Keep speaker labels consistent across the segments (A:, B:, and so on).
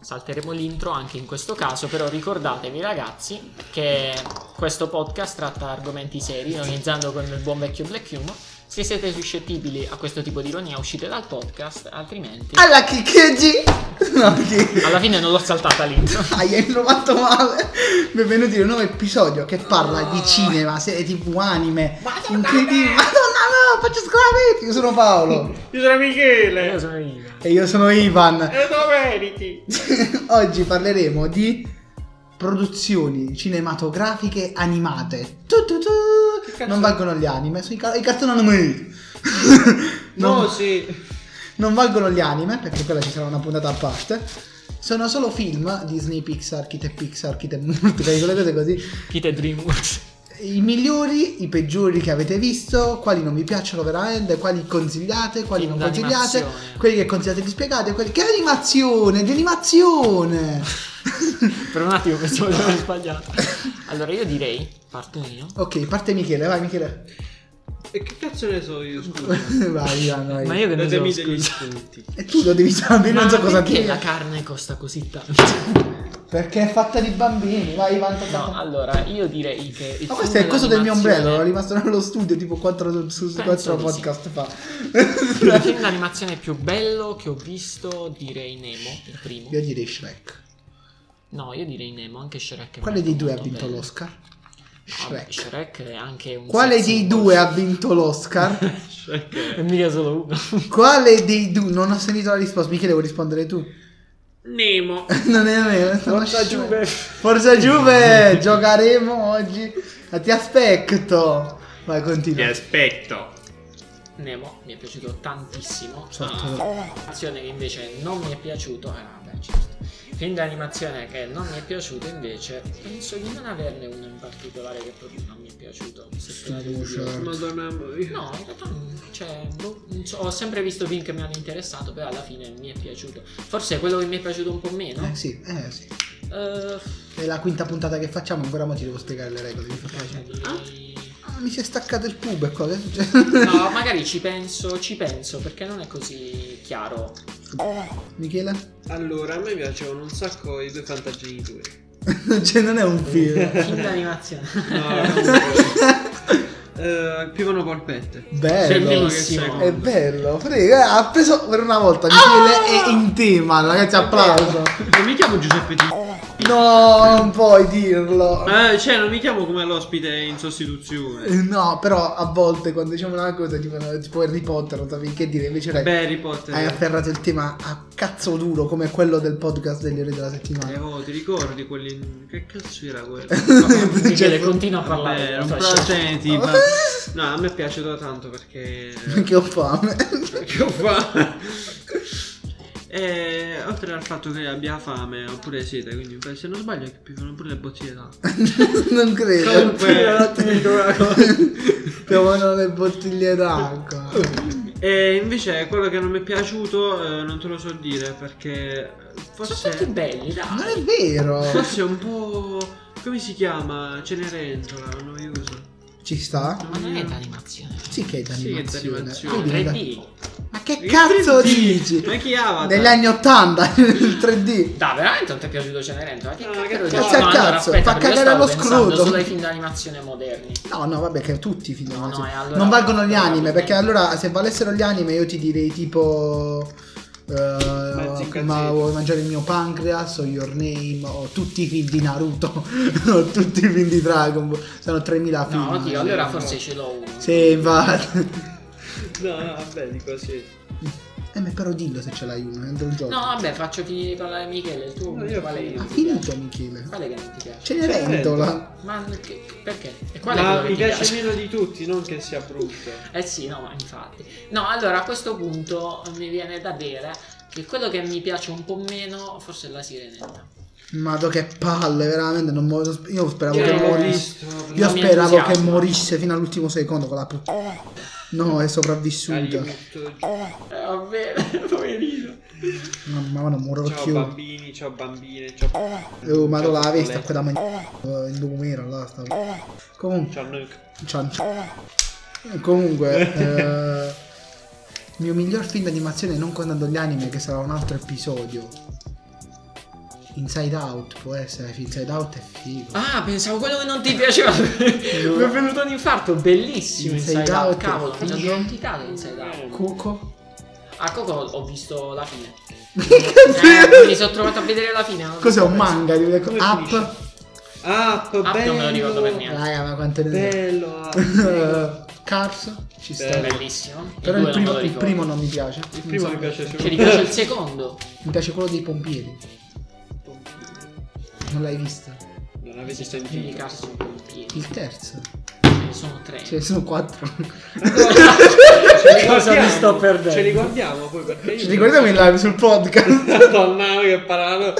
A: salteremo l'intro anche in questo caso, però ricordatevi ragazzi che questo podcast tratta argomenti seri, ironizzando con il buon vecchio Black Humor. Se siete suscettibili a questo tipo di ironia uscite dal podcast, altrimenti...
B: Alla chiccheggi! No, chi?
A: Alla fine non l'ho saltata l'intro.
B: Hai innovato male. Benvenuti a un nuovo episodio che parla di cinema, serie tv, anime.
A: Madonna
B: Incredibile.
A: me!
B: Madonna, no, faccio scolamenti. Io sono Paolo.
C: Io sono Michele
A: Io sono io.
B: e Eh, io sono Ivan.
C: e lo meriti.
B: Oggi parleremo di produzioni cinematografiche animate. Tu, tu, tu.
C: cazzo
B: Non
C: è?
B: valgono gli anime, sono i, ca- i cartoni animati.
C: No,
B: Non-
C: sì.
B: non valgono gli anime, perché quella ci sarà una puntata a parte. Sono solo film Disney, Pixar, Kite Pixar, Kite Multiple, volete così.
A: Kite Dreamworks.
B: I migliori, i peggiori che avete visto, quali non vi piacciono veramente, quali consigliate, quali
A: Film
B: non consigliate,
A: d'animazione.
B: quelli che consigliate vi spiegate, quelli che animazione, di animazione.
A: Per un attimo pensavo di aver sbagliato. Allora io direi, parto io.
B: ok, parte Michele, vai Michele.
C: E che cazzo ne so io, scusa?
B: vai, vai, vai.
A: Ma io che ne so,
C: Datemi degli
A: scusa.
C: spunti.
B: E tu lo devi sapere,
A: Ma
B: non so cosa
A: perché
B: dire.
A: la carne costa così tanto?
B: Perché è fatta di bambini, vai, vai, vai, vai.
A: No, allora io direi che. il
B: Ma
A: film
B: questo è il coso del mio
A: d'animazione-
B: ombrello, era rimasto nello studio tipo 4 su
A: Penso
B: 4
A: di
B: podcast fa.
A: Il film d'animazione più bello che ho visto, direi Nemo, il primo.
B: Io direi Shrek.
A: No, io direi Nemo, anche Shrek. è
B: Quale
A: molto,
B: dei due ha
A: molto
B: vinto
A: bello.
B: l'Oscar?
A: Vabbè,
B: Ah, Shrek.
A: Shrek è anche un.
B: Quale
A: sex
B: dei
A: symbol.
B: due ha vinto l'Oscar?
A: E mica solo uno.
B: Quale dei due? Non ho sentito la risposta, Michele vuoi rispondere tu?
C: Nemo.
B: non è vero.
A: Forza Juve.
B: Forza Juve, giocheremo oggi. Ma Ti aspetto. Vai,
C: Ti
B: continua.
C: aspetto.
A: Nemo mi è piaciuto tantissimo.
B: Sotto-
A: Animazione che invece non mi è piaciuto. Ah, vabbè, certo. Film d'animazione che non mi è piaciuto invece, penso di non averne uno in particolare che proprio non mi è piaciuto. Se te la devo dire.
B: Fiducia.
C: Madonna mia.
A: No, in realtà non- cioè, boh, non so, ho sempre visto film che mi hanno interessato, però alla fine mi è piaciuto. Forse è quello che mi è piaciuto un po' meno.
B: Eh sì, eh sì.
A: Eh,
B: È la quinta puntata che facciamo, ancora mo ti devo spiegare le regole, mi fa piacere.
A: magari-
B: Ah, mi si è staccato il pub, ecco, che è successo?
A: cioè, No, magari ci penso, ci penso, perché non è così chiaro.
B: Michele?
C: Allora, a me piacevano un sacco i due fantagenitori.
B: cioè, non è un film.
A: Film d'animazione.
C: No, no. Eh, Piovono polpette. Sia il primo
B: Bello.
C: che il
A: Bellissimo.
B: È
C: secondo.
B: bello, frega, ha preso per una volta. Michele è in tema, ragazzi, applauso.
C: Non mi chiamo Giuseppe Di.
B: No, non puoi dirlo.
C: Eh, cioè, non mi chiamo come l'ospite in sostituzione.
B: No, però a volte quando diciamo una cosa tipo, tipo Harry Potter, non sapevi che dire, invece dai,
C: Beh, eh. Harry
B: hai
C: Potter.
B: afferrato il tema a cazzo duro come quello del podcast degli ore della
C: Eh,
B: settimana.
C: oh, ti ricordi quelli. Che cazzo era quello?
A: Michele,
B: Cioè,
A: continua a parlare. cioè,
C: Vabbè,
A: della
C: non
A: tua
C: però,
A: scelta.
C: senti, ma- No, a me è piaciuto tanto perché.
B: Che ho fame.
C: che ho fa- E Eh, oltre al fatto che abbia fame oppure sete, quindi beh, se non sbaglio è che piovono pure le bottiglie d'acqua.
B: non credo.
C: Comunque,
B: Piovono le bottiglie d'acqua.
C: e invece quello che non mi è piaciuto eh, non te lo so dire perché
A: Sono tutti
C: forse
A: belli,
B: Non
A: dai.
B: è vero.
C: forse è un po' come si chiama Cenerentola, noioso.
B: Ci sta?
A: Ma non è d'animazione. Cioè,
B: Sì che è
C: Sì, che è
B: d'animazione.
C: d'animazione.
B: Vedi,
A: È
B: da-
A: 3D.
B: Ma che
C: Il
B: cazzo
C: 3D?
B: dici?
C: Ma chi Avatar?
B: Negli anni 80 il 3D.
A: Dai, veramente non ti è piaciuto Cenerentola? Che
C: No,
A: cazzo
C: che
A: dici?
C: cazzo.
A: No, allora,
B: Cazzo,
A: aspetta,
B: fa
A: perché io
B: cagare
A: stavo
B: allo
A: pensando
B: scroto.
A: Solo ai film d'animazione moderni.
B: No, no, vabbè, che tutti i film
A: No, no,
B: animati.
A: e allora-
B: non valgono gli anime,
A: allora-
B: perché allora se valessero gli anime io ti direi tipo... eh,
C: zicca,
B: ma
C: zicca.
B: vuoi mangiare il mio pancreas o Your Name o tutti i film di Naruto o tutti i film di Dragon Ball sono 3000 film
A: No, oddio, allora
C: no.
A: forse ce l'ho uno.
B: sì infatti
C: No, no, vabbè, dico sì.
B: eh ma però dillo se ce l'hai uno entro il gioco
A: No, vabbè, faccio finire di parlare Michele, il tuo
C: No, io
A: quale che
C: finito.
A: non ti piace?
B: ha finito Michele
A: Quale che non ti piace?
B: ce n'è ventola
A: Ma che- che- perché? E quale
C: Ma
A: quello che
C: mi
A: ti
C: piace, meno di tutti, non che sia brutto.
A: Eh sì, no, ma infatti. No, allora a questo punto mi viene da dire che quello che mi piace un po' meno forse è la sirenetta.
B: Madò che palle, veramente. Non mo- io speravo
A: Io
B: che
A: l'ho
B: morisse.
C: visto.
B: Io
A: non mi
B: speravo che
A: entusiasma.
B: morisse fino all'ultimo secondo con la puttana. No, è sopravvissuta.
A: Eh, vabbè, poverino.
B: Mamma mia, non muoio
C: Ciao
B: più.
C: bambini, ciao bambine, ciao.
B: Oh, ma
C: Ciao,
B: la veste a
C: Nicoletta.
B: quella maniera. Eh, Il lumero là sta. Comunque.
C: Ciao Nuke.
B: ciao, ciao. Comunque. eh, Il mio miglior film d'animazione, non contando gli anime, che sarà un altro episodio. Inside Out può essere, Inside Out è figo.
A: Ah, pensavo quello che non ti piaceva. Mi è venuto un infarto, bellissimo
B: Inside
A: Inside, Out,
B: Out.
A: cavolo, mi sono dimenticato di Inside Out.
B: Cuco.
A: A Coco ho visto la fine.
B: Cos'è?
A: Eh, mi sono trovato a vedere la fine. non
B: Cos'è
A: so come-
B: un manga di Black
C: Come
B: Up?
C: finisce? Up,
A: Up
C: bello.
A: non me lo ricordo per niente.
B: Raga, ma quanto ne
C: Bello, Up. Il
B: Cars ci sta.
C: Bello.
A: Bellissimo. I
B: Però
A: due
B: il
A: non me
B: primo,
A: lo
B: il
A: ricordo.
B: primo non mi piace. Non
C: primo
B: so
C: mi piace
B: perché.
A: Cioè, ti
C: solo.
A: piace il secondo?
B: Mi piace quello dei pompieri. Non l'hai visto?
C: Non avete
A: Quindi
C: sentito.
A: cazzo, piedi.
B: Il terzo.
A: Ce ne sono tre.
B: Cioè, sono quattro.
A: Cosa mi sto perdendo?
C: Ce li guardiamo poi perché io.
B: Ci ricordiamo in live sul podcast.
C: Madonna, che parano.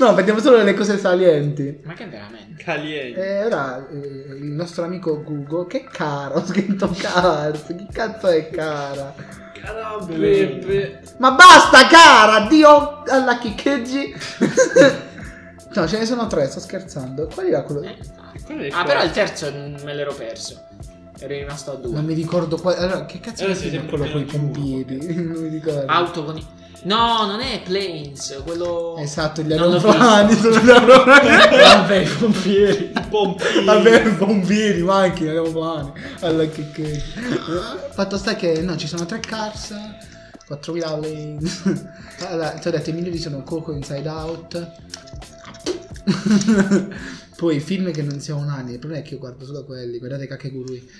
B: No, prendiamo solo le cose salienti.
A: Ma che veramente?
C: Caliente.
B: E ora eh, il nostro amico Google, che caro, ho scritto Cars, che cazzo è cara?
C: Caramba,
A: Bello.
C: Peppe.
B: Ma basta cara, Dio alla chiccheggi. no, ce ne sono tre, sto scherzando. Qual era quello?
A: Eh,
C: Quello è
A: ah,
C: forte.
A: però il terzo me l'ero perso. Ero rimasto a
B: Non
A: due.
B: mi ricordo qual... Allora, che cazzo
C: Allora
B: è
C: sei sempre
B: quello con i
C: pieno di uno,
B: pompieri? Non mi ricordo.
C: Ah,
A: Auto con i... No, non è Planes, quello...
B: Esatto, gli
A: Non l'ho
B: aeroplani sono gli aeroplani.
A: Vabbè, i pompieri.
C: Pompi.
B: Vabbè, pompieri, macchine, aeroplani. Allora che che. Fatto sta che no, ci sono tre cars, 4000 lanes. Allora, ti ho detto i migliori sono Coco Inside Out. Poi film che non siano un anime, il problema è che io guardo solo quelli, guardate Kakegurui.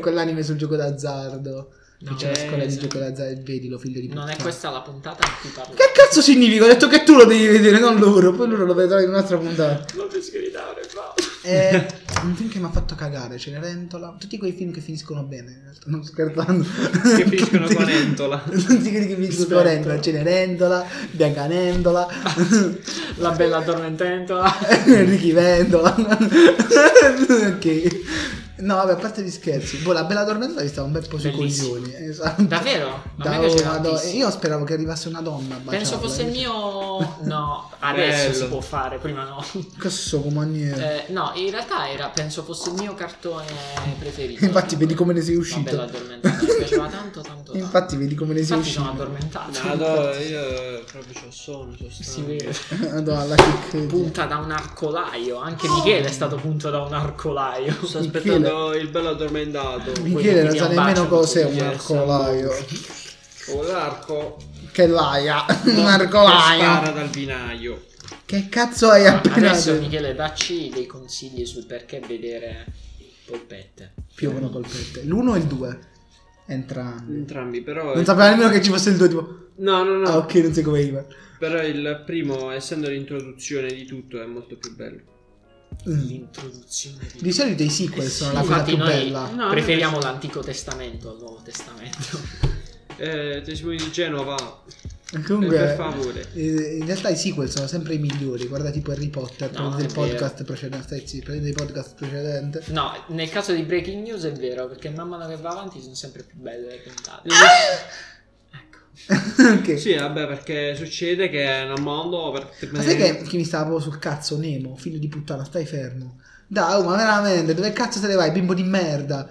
B: Quell'anime sul gioco d'azzardo. Che
A: No,
B: c'è la
A: eh,
B: scuola di
A: esatto.
B: gioco d'azzardo, vedilo, figlio di puttana.
A: Non è questa la puntata in cui parlo.
B: Che cazzo significa? Ho detto che tu lo devi vedere, non loro. Poi loro lo vedrà in un'altra puntata.
A: Non ti sgridare, bravo.
B: È Eh, un film che mi ha fatto cagare, Cenerentola, tutti quei film che finiscono bene, in realtà, non sto scherzando.
C: Che finiscono
B: Tutti-
C: con Entola.
B: Tutti quelli che finiscono con Entola, Cenerentola, Biancanentola,
A: La bella addormententola.
B: Ricky Vendola. ok. No, vabbè, a parte gli scherzi. Boh, la bella dormentola mi stava un bel po' sui
A: Bellissimo.
B: coglioni. Esatto.
A: Davvero? A me
B: Da
A: piaceva
B: una do-
A: tantissimo.
B: Io speravo che arrivasse una donna. a
A: Penso
B: baciarla, eh.
A: fosse il
B: invece-
A: mio... No, adesso si
C: Bello.
A: può fare, prima no.
B: Cazzo, come niente.
A: Eh, no, in realtà era, penso fosse il mio cartone preferito.
B: Infatti, vedi come ne sei
A: Una bella
B: uscito.
A: addormentata, mi piaceva tanto, tanto, tanto.
B: Infatti, vedi come ne sei
A: Infatti sono
B: uscito.
A: addormentato.
C: Madò, io proprio c'ho sonno, sono stanco.
A: Si vede.
B: Madonna, la chicchetta.
A: Punta da un arcolaio. Anche Michele è stato punto da un arcolaio.
C: Sto aspettando il bello addormentato.
B: Michele non
A: Quindi
B: sa
A: ti
B: nemmeno
A: abbraccio
B: cos'è un
A: tutti,
B: arcolaio.
C: Con l'arco.
B: Che laia, un
C: Che
B: arcolaio.
C: Spara dal vinaio.
B: Che cazzo hai appena
A: Adesso
B: detto?
A: Michele dacci dei consigli sul perché vedere polpette.
B: Piovono colpette. L'uno e il due. Entrambi.
C: Entrambi, però.
B: Non sapeva nemmeno che ci fosse il due. Tipo,
C: No, no, no.
B: ah, ok, non sei come Ivan.
C: Però il primo, essendo l'introduzione di tutto, è molto più bello.
B: Mm.
A: L'introduzione di...
B: Di solito i sequel sono la cosa
A: Infatti
B: più
A: noi
B: bella.
C: No,
A: preferiamo l'Antico Testamento al Nuovo Testamento.
C: Eh, testimoni di Genova.
B: Comunque,
C: Eh, per favore.
B: eh, in realtà i sequel sono sempre i migliori. Guarda tipo Harry Potter,
A: No,
B: prendete il
A: è vero.
B: podcast precedente. Stai zitto, prendete il podcast precedente.
A: No, nel caso di Breaking News è vero, perché man mano che va avanti sono sempre più belle le
B: Eh,
A: puntate. Ecco.
B: ok.
C: Sì, vabbè, perché succede che nel mondo. Per...
B: Ma sai che, che mi stava proprio sul cazzo Nemo, figlio di puttana, stai fermo. Dai, oh, ma veramente, dove cazzo te ne vai, bimbo di merda?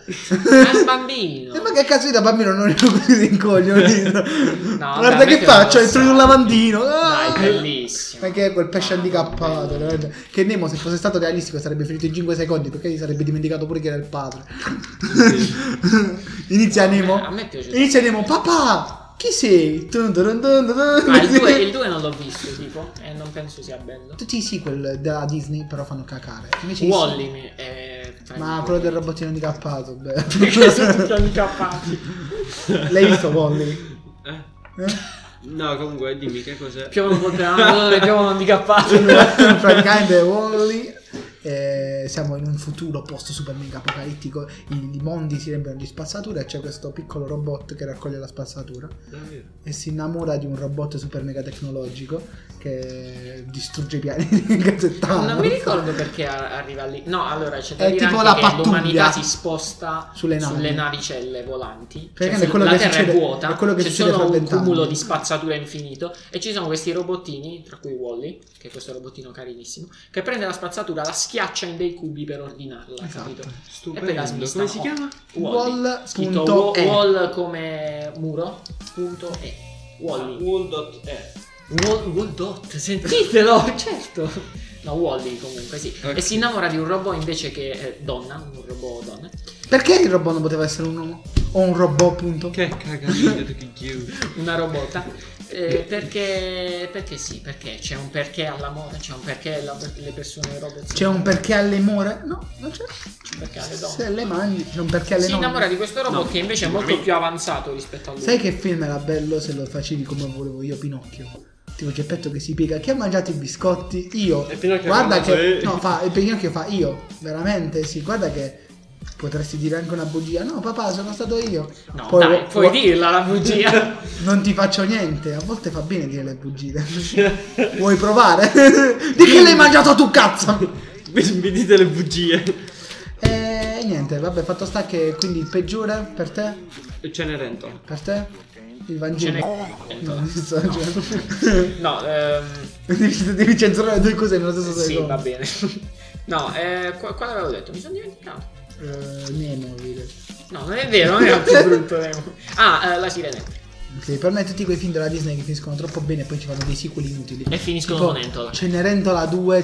A: Ma è un bambino.
B: E ma che cazzo io da bambino non ero così rincoglionito?
A: No,
B: Guarda
A: vabbè,
B: che
A: mettilo
B: faccio,
A: addosso.
B: entro in un lavandino.
A: Dai,
B: Ah!
A: bellissimo.
B: Ma che è quel pesce
A: Ah,
B: handicappato,
A: bello.
B: veramente. Che Nemo se fosse stato realistico sarebbe finito in 5 secondi perché si sarebbe dimenticato pure che era il padre. Inizia Nemo.
A: A me è piaciuto.
B: Inizia Nemo, papà, chi sei? Dun dun dun dun.
A: Ma Ah, il 2, non l'ho visto, tipo, e non penso sia bello.
B: Tutti i sequel della Disney però fanno cacare. Invece i
A: Wally mi eh, è...
B: Ma quello del robottino handicappato, beh.
A: Perché sono tutti handicappati.
B: L'hai visto Polly?
C: Eh?
B: Eh?
C: No, comunque, dimmi che cos'è.
A: Piovono polterano, piovono handicappati.
B: Praticamente Wally. eh, siamo in un futuro post super mega apocalittico. I, i mondi si riempiono di spazzatura e c'è questo piccolo robot che raccoglie la spazzatura.
C: Davvero.
B: E si innamora di un robot super mega tecnologico che distrugge i pianeti. Cazzo è Thanos.
A: Non mi ricordo perché a- arriva lì. No, allora c'è da
B: È
A: dire
B: tipo
A: anche
B: la
A: che
B: pattuglia.
A: l'umanità si sposta
B: Sulle navi.
A: navicelle volanti.
B: Perché
A: Cioè,
B: è quello
A: la
B: che
A: terra
B: succede-
A: è vuota,
B: è quello che
A: c'è
B: succede
A: solo
B: fra
A: un
B: vent'anni.
A: cumulo di spazzatura infinito. E ci sono questi robottini, tra cui Wally, che è questo robottino carinissimo, che prende la spazzatura, la schiaccia in dei cubi per ordinarla,
B: Esatto.
A: capito? E poi la
C: Stupendo.
A: smista.
C: Come si
A: Oh.
C: chiama?
A: Wall,
B: Wall
A: scritto
B: punto
A: wo-
B: E.
A: wall come muro punto e Wally
C: Wall.e.
A: Wal- Waldot, sentitelo, certo. No, Wally comunque, sì.
C: Ok.
A: E si innamora di un robot invece che eh, donna, un robot donna.
B: Perché il robot non poteva essere un uomo? O un robot, appunto?
C: Che cagata che chiudo.
A: una robota. Eh, perché, perché sì, perché c'è un perché alla moda, c'è un perché la- le persone robot
B: C'è un perché alle more? No, non c'è.
A: un perché alle donne.
B: Se le mangi, c'è un perché alle
A: si innamora
B: nonne.
A: di questo robot
C: No,
A: che invece è molto più avanzato rispetto a lui.
B: Sai che film era bello se lo facevi come volevo io, Pinocchio? Tipo Geppetto che si piega, chi ha mangiato i biscotti? Io.
C: E Pinocchio
B: guarda
C: ha
B: che.
C: mangiato-
B: No, fa, e Pinocchio fa io. Veramente, sì, guarda che. Potresti dire anche una bugia. No, papà, sono stato io.
A: No, dai,
B: vo-
A: puoi
B: vo-
A: dirla la bugia.
B: Non ti faccio niente, a volte fa bene dire le bugie. Vuoi provare? Di che l'hai mangiato tu, cazzo?
C: Mi, mi dite le bugie.
B: E Eh, niente, vabbè, fatto sta che quindi il peggiore per te?
C: Cenerentola.
B: Per te? Il
A: Ce
B: Vangelo?
A: n'è-
B: No, non so, cioè-
A: No, ehm,
B: devi, devi censurare due cose nello stesso
A: sì,
B: secondo.
A: va bene. No, eh, qua- quale avevo detto? Mi sono dimenticato.
B: Eh, Nemo, voglio dire.
A: No, non è vero, non era più brutto. Nemo. Ah, eh, la sirena.
B: Ok, per me tutti quei film della Disney che finiscono troppo bene e poi ci fanno dei sequel inutili.
A: E finiscono con Entola.
B: Cenerentola 2,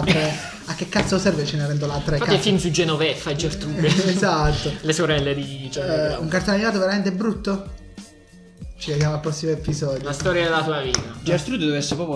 B: 3. A che cazzo serve Cenerentola 3?
A: Fate il
B: Cazzo?
A: film su Genoveffa e Gertrude.
B: esatto.
A: Le sorelle di Gianni
B: Eh,
A: Bravo.
B: un cartone animato veramente brutto? Ci vediamo al prossimo episodio.
A: La storia della tua vita.
C: Gertrude deve essere proprio